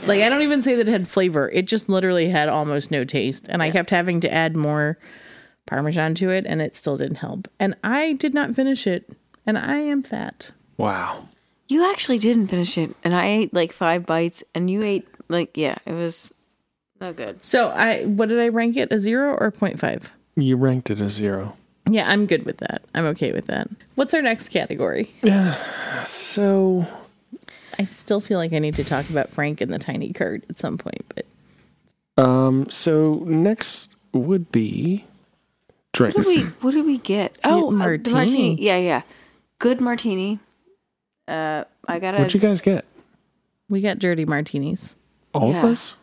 [SPEAKER 2] Like I don't even say that it had flavor. It just literally had almost no taste. And I kept having to add more parmesan to it and it still didn't help. And I did not finish it. And I am fat.
[SPEAKER 1] Wow.
[SPEAKER 3] You actually didn't finish it, and I ate like five bites, and you ate like yeah, it was no good.
[SPEAKER 2] So I what did I rank it? A 0 or 0.5?
[SPEAKER 1] You ranked it a zero.
[SPEAKER 2] Yeah, I'm good with that. I'm okay with that. What's our next category?
[SPEAKER 1] So
[SPEAKER 2] I still feel like I need to talk about Frank and the tiny card at some point, but
[SPEAKER 1] um so next would be
[SPEAKER 3] What
[SPEAKER 1] drinks.
[SPEAKER 3] did we what did we get? Oh, uh, the
[SPEAKER 2] martini.
[SPEAKER 3] Yeah, yeah. Good martini. Uh I got
[SPEAKER 1] What'd
[SPEAKER 3] a
[SPEAKER 1] you guys get?
[SPEAKER 2] we got dirty martinis.
[SPEAKER 1] All of
[SPEAKER 3] Yeah.
[SPEAKER 1] us?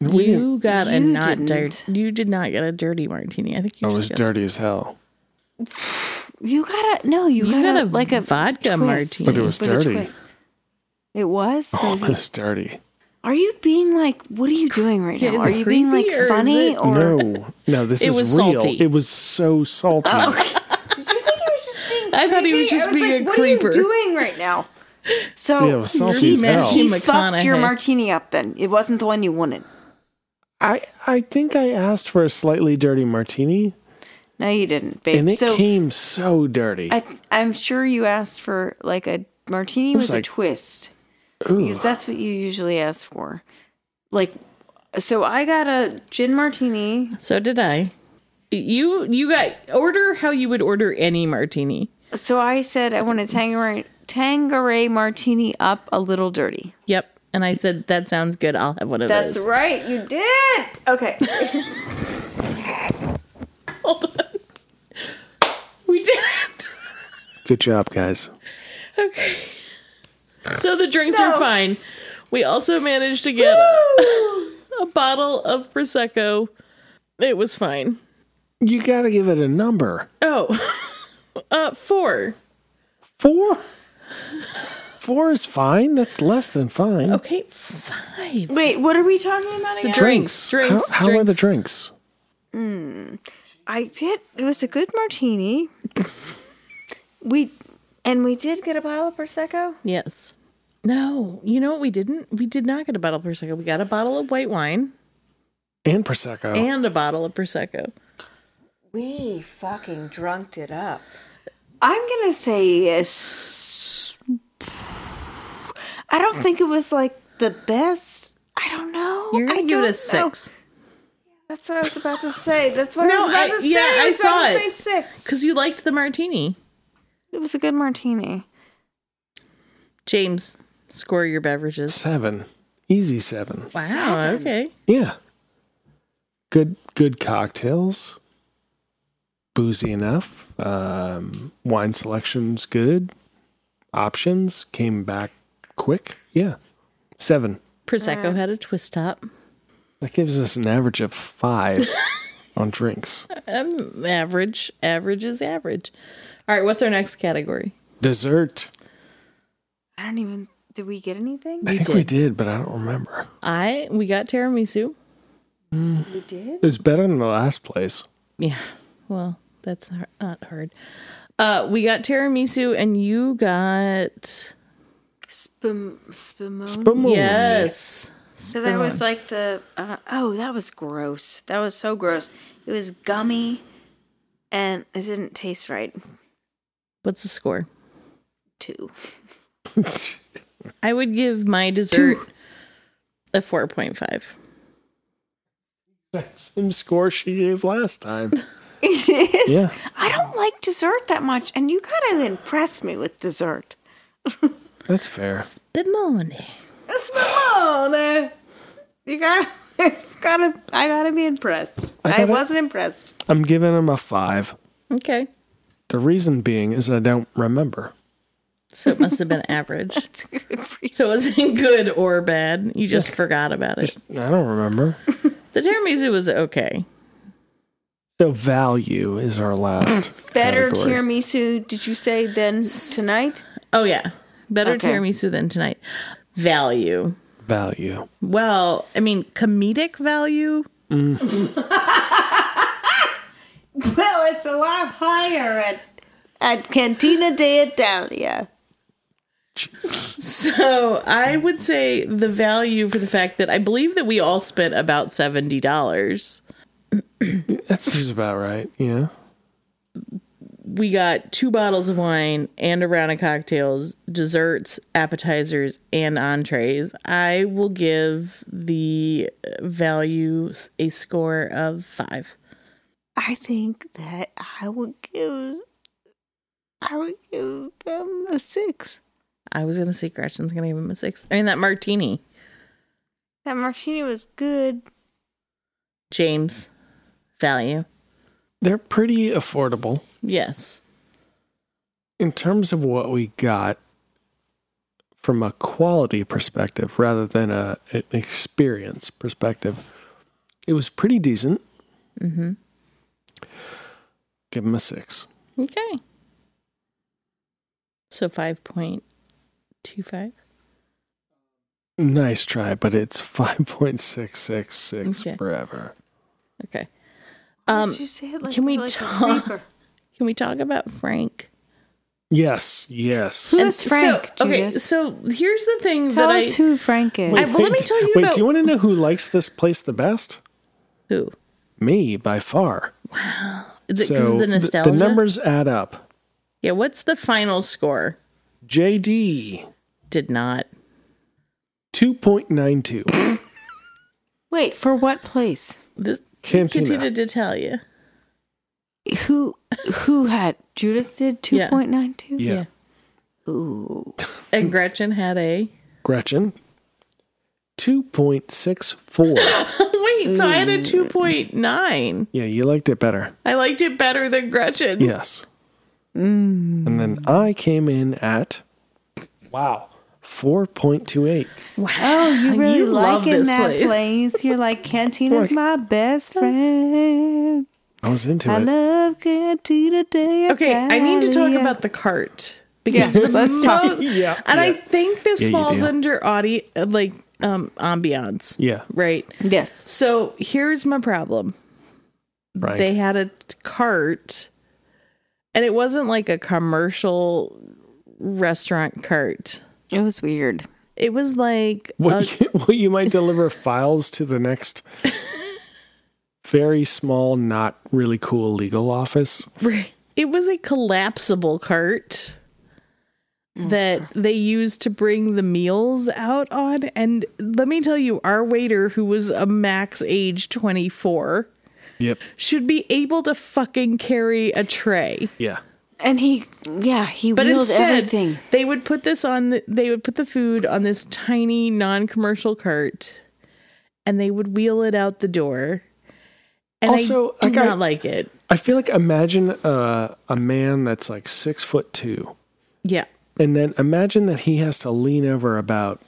[SPEAKER 1] We didn't-
[SPEAKER 2] you got a
[SPEAKER 3] You
[SPEAKER 2] not
[SPEAKER 3] didn't.
[SPEAKER 2] dirty. You did not get a dirty martini. I think you
[SPEAKER 1] I
[SPEAKER 2] just
[SPEAKER 1] Oh, was
[SPEAKER 2] got,
[SPEAKER 1] dirty as hell.
[SPEAKER 3] you got a no, you,
[SPEAKER 2] You
[SPEAKER 3] got,
[SPEAKER 2] got a
[SPEAKER 3] a, like a
[SPEAKER 2] vodka
[SPEAKER 3] twist
[SPEAKER 2] martini.
[SPEAKER 1] But it was
[SPEAKER 3] with a
[SPEAKER 1] dirty.
[SPEAKER 3] twist. It was? So
[SPEAKER 1] Oh, I
[SPEAKER 3] you-
[SPEAKER 1] was dirty.
[SPEAKER 3] are you being like what are you doing right
[SPEAKER 2] Yeah,
[SPEAKER 3] now?
[SPEAKER 2] is
[SPEAKER 3] Are
[SPEAKER 2] it
[SPEAKER 3] you being like
[SPEAKER 2] creepy or is
[SPEAKER 3] funny
[SPEAKER 2] it-
[SPEAKER 3] or
[SPEAKER 1] no, no, this
[SPEAKER 2] It
[SPEAKER 1] is
[SPEAKER 2] was
[SPEAKER 1] real.
[SPEAKER 2] salty. Oh,
[SPEAKER 1] It was so salty.
[SPEAKER 2] I thought he was just being a creeper.
[SPEAKER 3] What are you doing right now? So
[SPEAKER 1] Yeah, it was salty
[SPEAKER 2] You're
[SPEAKER 1] as
[SPEAKER 2] mad
[SPEAKER 1] hell.
[SPEAKER 2] you-
[SPEAKER 3] he fucked your
[SPEAKER 2] McConaughey.
[SPEAKER 3] martini up then. It wasn't the one you wanted.
[SPEAKER 1] I I think I asked for a slightly dirty martini,
[SPEAKER 3] No, you didn't, babe.
[SPEAKER 1] and it
[SPEAKER 3] so
[SPEAKER 1] came so dirty.
[SPEAKER 3] I, I'm sure you asked for like a martini
[SPEAKER 1] was
[SPEAKER 3] with
[SPEAKER 1] like-
[SPEAKER 3] a twist
[SPEAKER 1] Ooh.
[SPEAKER 3] because that's what you usually ask for. Like, so I got a gin martini.
[SPEAKER 2] So did I. You you got order how you would order any martini.
[SPEAKER 3] So I said I want a Tangeray, Tangeray martini up a little dirty.
[SPEAKER 2] Yep. And I said that sounds good. I'll have one of
[SPEAKER 3] That's
[SPEAKER 2] those.
[SPEAKER 3] right, you did. Okay,
[SPEAKER 2] Hold on. We did it.
[SPEAKER 1] Good job, guys.
[SPEAKER 2] Okay. So the drinks
[SPEAKER 3] No.
[SPEAKER 2] were fine. We also managed to get a bottle of prosecco. It was fine.
[SPEAKER 1] You got to give it a number.
[SPEAKER 2] Oh, uh, four.
[SPEAKER 1] Four. Four is fine. That's less than fine.
[SPEAKER 2] Okay, five.
[SPEAKER 3] wait, what are we talking about again?
[SPEAKER 2] Drinks, drinks,
[SPEAKER 1] How, how
[SPEAKER 2] drinks.
[SPEAKER 1] are the drinks?
[SPEAKER 3] I did. It was a good martini. we and we did get a bottle of prosecco.
[SPEAKER 2] Yes. No, you know what we didn't? We did not get a bottle of prosecco. We got a bottle of white wine
[SPEAKER 1] And prosecco.
[SPEAKER 2] and a bottle of prosecco.
[SPEAKER 4] We fucking drunked it up.
[SPEAKER 3] I'm gonna say yes. I don't think it was like the best. I don't know.
[SPEAKER 1] Oh,
[SPEAKER 2] You're gonna
[SPEAKER 3] I
[SPEAKER 2] give it
[SPEAKER 3] don't
[SPEAKER 2] a
[SPEAKER 3] know.
[SPEAKER 2] six
[SPEAKER 3] That's what I was about to say. That's what I
[SPEAKER 2] No,
[SPEAKER 3] was about
[SPEAKER 2] I-
[SPEAKER 3] to say.
[SPEAKER 2] yeah, I
[SPEAKER 3] was
[SPEAKER 2] saw
[SPEAKER 3] about to
[SPEAKER 2] it.
[SPEAKER 3] say six.
[SPEAKER 2] because you liked the martini.
[SPEAKER 3] It was a good martini.
[SPEAKER 2] James, score your beverages.
[SPEAKER 1] Seven. Easy seven.
[SPEAKER 2] Wow. Okay.
[SPEAKER 1] Yeah. Good good cocktails. Boozy enough. Um, wine selection's good. Options came back quick. Yeah. Seven.
[SPEAKER 2] Prosecco had a twist top.
[SPEAKER 1] That gives us an average of five on drinks.
[SPEAKER 2] Um, average. Average is average. All right. What's our next category?
[SPEAKER 1] Dessert.
[SPEAKER 3] I don't even. Did we get anything?
[SPEAKER 1] I think we did, but I don't remember.
[SPEAKER 2] I we got tiramisu.
[SPEAKER 3] We did.
[SPEAKER 1] It was better than the last place.
[SPEAKER 2] Yeah. Well, that's har- not hard. Uh, we got tiramisu, and you got
[SPEAKER 3] Spum spumone.
[SPEAKER 1] Spumoni.
[SPEAKER 2] yes.
[SPEAKER 3] Because I was
[SPEAKER 2] Spumoni.
[SPEAKER 3] like the uh, oh that was gross. That was so gross. It was gummy, and it didn't taste right.
[SPEAKER 2] What's the score?
[SPEAKER 3] Too.
[SPEAKER 2] I would give my dessert a four point five.
[SPEAKER 1] Same score she gave last time.
[SPEAKER 3] It is.
[SPEAKER 1] Yeah.
[SPEAKER 3] I don't like dessert that much, and you kind of impressed me with dessert.
[SPEAKER 1] That's fair.
[SPEAKER 2] The money.
[SPEAKER 3] Spumone. You got. It's gotta. I gotta be impressed.
[SPEAKER 1] I
[SPEAKER 3] I,
[SPEAKER 1] thought it-
[SPEAKER 3] wasn't impressed.
[SPEAKER 1] I'm giving him a five.
[SPEAKER 2] Okay.
[SPEAKER 1] The reason being is I don't remember.
[SPEAKER 2] So it must have been average.
[SPEAKER 3] It's a good reason.
[SPEAKER 2] So it wasn't good or bad. You just forgot about it.
[SPEAKER 1] I don't remember.
[SPEAKER 2] The tiramisu was okay.
[SPEAKER 1] So value is our last
[SPEAKER 3] Better
[SPEAKER 1] category.
[SPEAKER 3] tiramisu, did you say, than tonight?
[SPEAKER 2] Oh yeah, better
[SPEAKER 3] Okay.
[SPEAKER 2] tiramisu than tonight. Value.
[SPEAKER 1] value.
[SPEAKER 2] Well, I mean, comedic value.
[SPEAKER 3] Well, it's a lot higher at at Cantina de Italia.
[SPEAKER 2] So I would say the value for the fact that I believe that we all spent about seventy dollars.
[SPEAKER 1] That seems about right. Yeah.
[SPEAKER 2] We got two bottles of wine and a round of cocktails, desserts, appetizers, and entrees. I will give the value a score of five.
[SPEAKER 3] I think that I would give I would give them a six.
[SPEAKER 2] I was gonna say Gretchen's gonna give him a six. I mean that martini,
[SPEAKER 3] That martini was good.
[SPEAKER 2] James, value.
[SPEAKER 1] They're pretty affordable
[SPEAKER 2] Yes.
[SPEAKER 1] in terms of what we got from a quality perspective rather than a an experience perspective. It was pretty decent.
[SPEAKER 2] Mm-hmm.
[SPEAKER 1] Give him a six.
[SPEAKER 2] Okay. So five point two five.
[SPEAKER 1] Nice try, but it's five point six six six
[SPEAKER 2] Okay.
[SPEAKER 1] forever.
[SPEAKER 2] Okay.
[SPEAKER 3] Did
[SPEAKER 2] Um,
[SPEAKER 3] you say it like-
[SPEAKER 2] can we
[SPEAKER 3] like a
[SPEAKER 2] talk-
[SPEAKER 3] creeper?
[SPEAKER 2] can we talk about Frank?
[SPEAKER 1] Yes, yes.
[SPEAKER 3] Who is Frank?
[SPEAKER 2] So, okay,
[SPEAKER 3] Judith?
[SPEAKER 2] so here's the thing
[SPEAKER 3] tell
[SPEAKER 2] that
[SPEAKER 3] us
[SPEAKER 2] I
[SPEAKER 3] who Frank is.
[SPEAKER 2] Wait. I- well, let me tell you
[SPEAKER 1] Wait,
[SPEAKER 2] about-
[SPEAKER 1] do you want to know who likes this place the best?
[SPEAKER 2] Who?
[SPEAKER 1] Me by far.
[SPEAKER 2] Is it 'cause
[SPEAKER 1] So
[SPEAKER 2] of the
[SPEAKER 1] th-
[SPEAKER 2] nostalgia?
[SPEAKER 1] the numbers add up.
[SPEAKER 2] Yeah, what's the final score?
[SPEAKER 1] JD
[SPEAKER 2] Did not.
[SPEAKER 1] two point nine two.
[SPEAKER 3] Wait, for what place?
[SPEAKER 2] This
[SPEAKER 1] Cantina.
[SPEAKER 2] Cantina d'Italia.
[SPEAKER 3] Who who had Judith did two
[SPEAKER 2] Yeah.
[SPEAKER 3] point nine two?
[SPEAKER 1] Yeah.
[SPEAKER 2] Yeah.
[SPEAKER 3] Ooh.
[SPEAKER 2] And Gretchen had a
[SPEAKER 1] Gretchen two point six four.
[SPEAKER 2] Wait, so I had a
[SPEAKER 3] Mm.
[SPEAKER 2] 2.9.
[SPEAKER 1] yeah, you liked it better.
[SPEAKER 2] I liked it better than Gretchen.
[SPEAKER 1] Yes.
[SPEAKER 2] Mm.
[SPEAKER 1] And then I came in at wow four point two eight.
[SPEAKER 2] Wow.
[SPEAKER 3] Oh, you really
[SPEAKER 2] Ah, love
[SPEAKER 3] liking
[SPEAKER 2] this
[SPEAKER 3] that place. You're like Cantina's my best friend.
[SPEAKER 1] I was into
[SPEAKER 3] I
[SPEAKER 1] it.
[SPEAKER 3] love Cantina Day.
[SPEAKER 2] Okay, I need to talk about the cart because
[SPEAKER 3] Yes,
[SPEAKER 2] the
[SPEAKER 3] let's talk.
[SPEAKER 2] most-
[SPEAKER 1] Yeah,
[SPEAKER 2] and I
[SPEAKER 1] yeah.
[SPEAKER 2] think this
[SPEAKER 1] Yeah, you
[SPEAKER 2] falls
[SPEAKER 1] do.
[SPEAKER 2] under audio like um ambiance,
[SPEAKER 1] Yeah.
[SPEAKER 2] right?
[SPEAKER 3] Yes.
[SPEAKER 2] So here's my problem.
[SPEAKER 1] Right.
[SPEAKER 2] They had a t- cart, and it wasn't like a commercial restaurant cart.
[SPEAKER 3] It was weird.
[SPEAKER 2] It was like
[SPEAKER 1] What, you, what you might deliver files to the next very small, not really cool legal office.
[SPEAKER 2] Right. It was a collapsible cart that they used to bring the meals out on. And let me tell you, our waiter, who was a max age 24,
[SPEAKER 1] Yep.
[SPEAKER 2] should be able to fucking carry a tray.
[SPEAKER 1] Yeah.
[SPEAKER 3] And he yeah, he
[SPEAKER 2] But
[SPEAKER 3] wheeled
[SPEAKER 2] instead,
[SPEAKER 3] everything.
[SPEAKER 2] they would put this on, the, they would put the food on this tiny non commercial cart and they would wheel it out the door. And
[SPEAKER 1] Also,
[SPEAKER 2] I do
[SPEAKER 1] like, I-
[SPEAKER 2] not like it.
[SPEAKER 1] I feel like imagine uh, a man that's like six foot two,
[SPEAKER 2] Yeah.
[SPEAKER 1] and then imagine that he has to lean over about,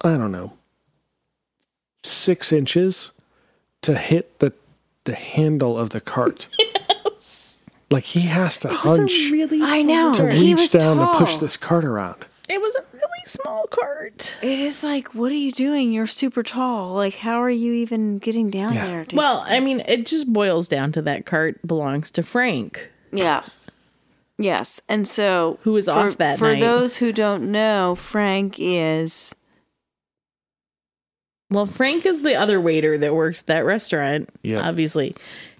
[SPEAKER 1] I don't know, six inches to hit the the handle of the cart. Like he has to
[SPEAKER 2] It was a
[SPEAKER 1] hunch
[SPEAKER 2] really small
[SPEAKER 3] I know.
[SPEAKER 1] to
[SPEAKER 2] cart.
[SPEAKER 3] He
[SPEAKER 1] reach
[SPEAKER 3] was
[SPEAKER 1] down to push
[SPEAKER 3] tall.
[SPEAKER 1] this cart around.
[SPEAKER 2] It was a really small cart.
[SPEAKER 3] It is like, what are you doing? You're super tall. Like, how are you even getting down
[SPEAKER 1] Yeah.
[SPEAKER 3] there? Dude?
[SPEAKER 2] Well, I mean, it just boils down to that cart belongs to Frank.
[SPEAKER 3] yeah, yes. And so,
[SPEAKER 2] Who was
[SPEAKER 3] for,
[SPEAKER 2] off that
[SPEAKER 3] For
[SPEAKER 2] night.
[SPEAKER 3] those who don't know, Frank is
[SPEAKER 2] Well, Frank is the other waiter that works at that restaurant,
[SPEAKER 1] Yeah.
[SPEAKER 2] obviously.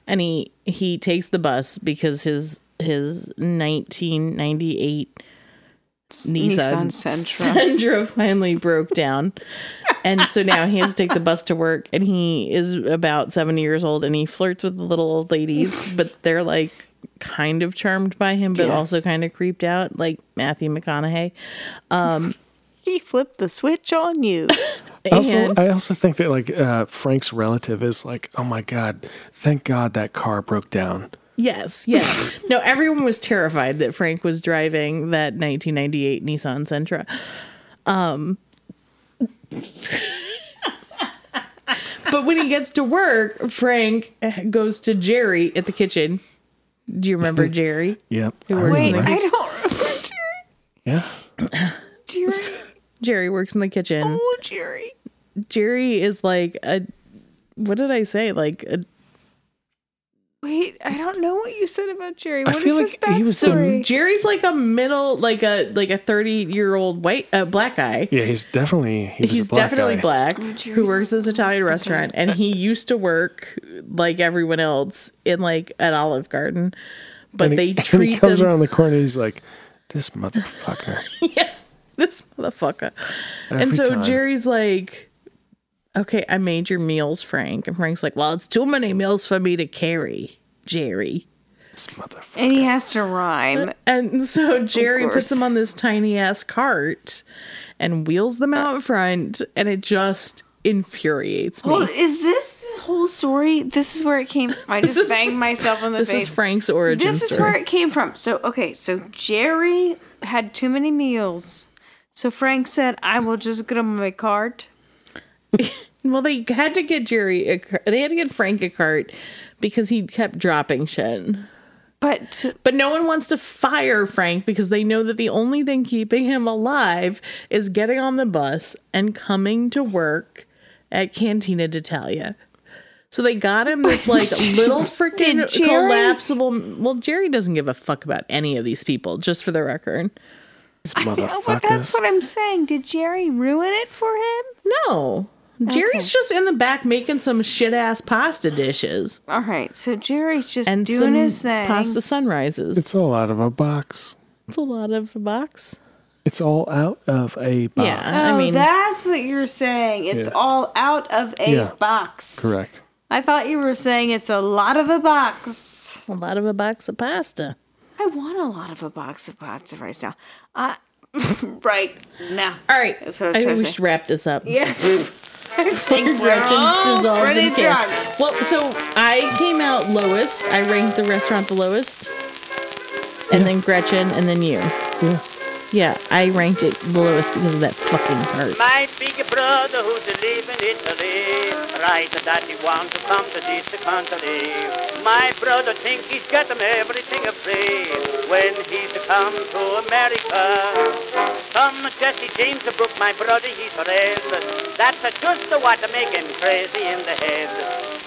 [SPEAKER 2] And he he takes the bus because his his 1998 Nissan,
[SPEAKER 3] Sentra.
[SPEAKER 2] Sentra finally broke down. and so now he has to take the bus to work and he is about 70 years old and he flirts with the little old ladies, but they're like kind of charmed by him but
[SPEAKER 3] Yeah.
[SPEAKER 2] also kind of creeped out like Matthew McConaughey.
[SPEAKER 3] he flipped the switch on you.
[SPEAKER 1] I also,
[SPEAKER 2] And-
[SPEAKER 1] I also think that like uh, Frank's relative is like, oh my god, thank God that car broke down.
[SPEAKER 2] Yes, yeah. no, everyone was terrified that Frank was driving that 1998 Nissan Sentra. Um, but when he gets to work, Frank goes to Jerry at the kitchen. Do you remember Jerry?
[SPEAKER 1] Yep. I
[SPEAKER 2] works
[SPEAKER 3] Wait,
[SPEAKER 1] remember.
[SPEAKER 3] I don't remember
[SPEAKER 1] yeah.
[SPEAKER 3] Jerry.
[SPEAKER 2] Jerry works in the kitchen.
[SPEAKER 3] Oh, Jerry.
[SPEAKER 2] Jerry is like a what did I say? Like a
[SPEAKER 3] Wait, I don't know what you said about Jerry.
[SPEAKER 1] I
[SPEAKER 3] What is
[SPEAKER 1] feel
[SPEAKER 3] his
[SPEAKER 1] like he was the-
[SPEAKER 3] backstory?
[SPEAKER 2] Jerry's like a middle like a like a 30-year-old white uh, black guy.
[SPEAKER 1] Yeah, he's definitely he was
[SPEAKER 2] he's
[SPEAKER 1] a black
[SPEAKER 2] definitely
[SPEAKER 1] guy.
[SPEAKER 2] black
[SPEAKER 3] Jerry's
[SPEAKER 2] who works at this italian restaurant and he used to work like everyone else in like an olive garden but
[SPEAKER 1] And
[SPEAKER 2] they
[SPEAKER 1] he, and he
[SPEAKER 2] treat
[SPEAKER 1] comes
[SPEAKER 2] them
[SPEAKER 1] around the corner. and He's like, this motherfucker.
[SPEAKER 2] yeah, this motherfucker
[SPEAKER 1] Every
[SPEAKER 2] and so
[SPEAKER 1] time.
[SPEAKER 2] jerry's like okay i made your meals frank and frank's like well it's too many meals for me to carry jerry
[SPEAKER 1] this motherfucker.
[SPEAKER 3] and he has to rhyme.
[SPEAKER 2] and so jerry puts
[SPEAKER 3] course.
[SPEAKER 2] them on this tiny ass cart and wheels them out front and it just infuriates me
[SPEAKER 3] Well, Oh, is this the whole story? This is where it came from. I just
[SPEAKER 2] is-
[SPEAKER 3] banged myself on the
[SPEAKER 2] This
[SPEAKER 3] face.
[SPEAKER 2] is Frank's origin
[SPEAKER 3] this is
[SPEAKER 2] story.
[SPEAKER 3] where it came from. So okay, so Jerry had too many meals. So Frank said, "I will just get on my cart."
[SPEAKER 2] well, they had to get Jerry. A, car- they had to get Frank a cart because he kept dropping shit.
[SPEAKER 3] But to,
[SPEAKER 2] But no one wants to fire Frank because they know that the only thing keeping him alive is getting on the bus and coming to work at Cantina d'Italia. So they got him this like little freaking
[SPEAKER 3] Did Jerry-
[SPEAKER 2] collapsible. Well, Jerry doesn't give a fuck about any of these people, just for the record.
[SPEAKER 1] These
[SPEAKER 3] I know, but that's
[SPEAKER 1] motherfuckers.
[SPEAKER 3] what I'm saying. Did Jerry ruin it for him?
[SPEAKER 2] No, Jerry's just in the back making some shit ass pasta dishes
[SPEAKER 3] All right, so Jerry's just
[SPEAKER 2] and
[SPEAKER 3] doing
[SPEAKER 2] some
[SPEAKER 3] his thing.
[SPEAKER 2] pasta sunrises.
[SPEAKER 1] It's all out of a box.
[SPEAKER 2] It's a lot of a box.
[SPEAKER 1] It's all out of a box.
[SPEAKER 2] Yeah.
[SPEAKER 3] Oh,
[SPEAKER 2] I mean-
[SPEAKER 3] that's what you're saying. It's
[SPEAKER 1] Yeah.
[SPEAKER 3] all out of a
[SPEAKER 1] Yeah.
[SPEAKER 3] box.
[SPEAKER 1] Correct.
[SPEAKER 3] I thought you were saying it's a lot of a box.
[SPEAKER 2] A lot of a box of pasta.
[SPEAKER 3] I want a lot of a box of pots of rice now. Uh, right now.
[SPEAKER 2] All right, I,
[SPEAKER 3] That's what
[SPEAKER 2] think
[SPEAKER 3] I was trying to
[SPEAKER 2] we
[SPEAKER 3] say.
[SPEAKER 2] should wrap this up.
[SPEAKER 3] Yeah.
[SPEAKER 2] Gretchen dissolves
[SPEAKER 3] pretty
[SPEAKER 2] in chaos.
[SPEAKER 3] drunk.
[SPEAKER 2] Well, so I came out lowest. I ranked the restaurant the lowest, and then Gretchen, and then you.
[SPEAKER 1] Yeah.
[SPEAKER 2] Yeah, I ranked it the lowest because of that fucking hurt.
[SPEAKER 5] My big brother who's living in Italy, right that he wants to come to this country. My brother think he's got him everything free when he's come to America. Some Jesse James Brook, my brother, he's red. That's just what make him crazy in the head.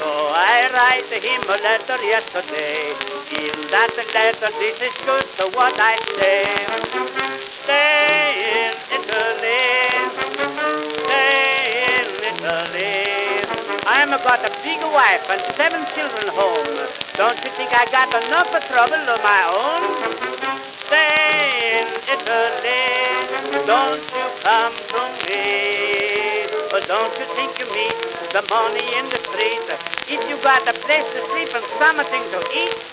[SPEAKER 5] So I write him a letter yesterday. In that letter, this is just what I say. Stay in Italy. Stay in Italy. I'm got a big wife and seven children home. Don't you think I got enough trouble of my own? Stay in Italy. Don't you come to me. Or don't you think you meet the money in the street? If you got a place to sleep and something to eat,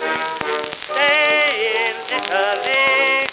[SPEAKER 5] stay in Italy.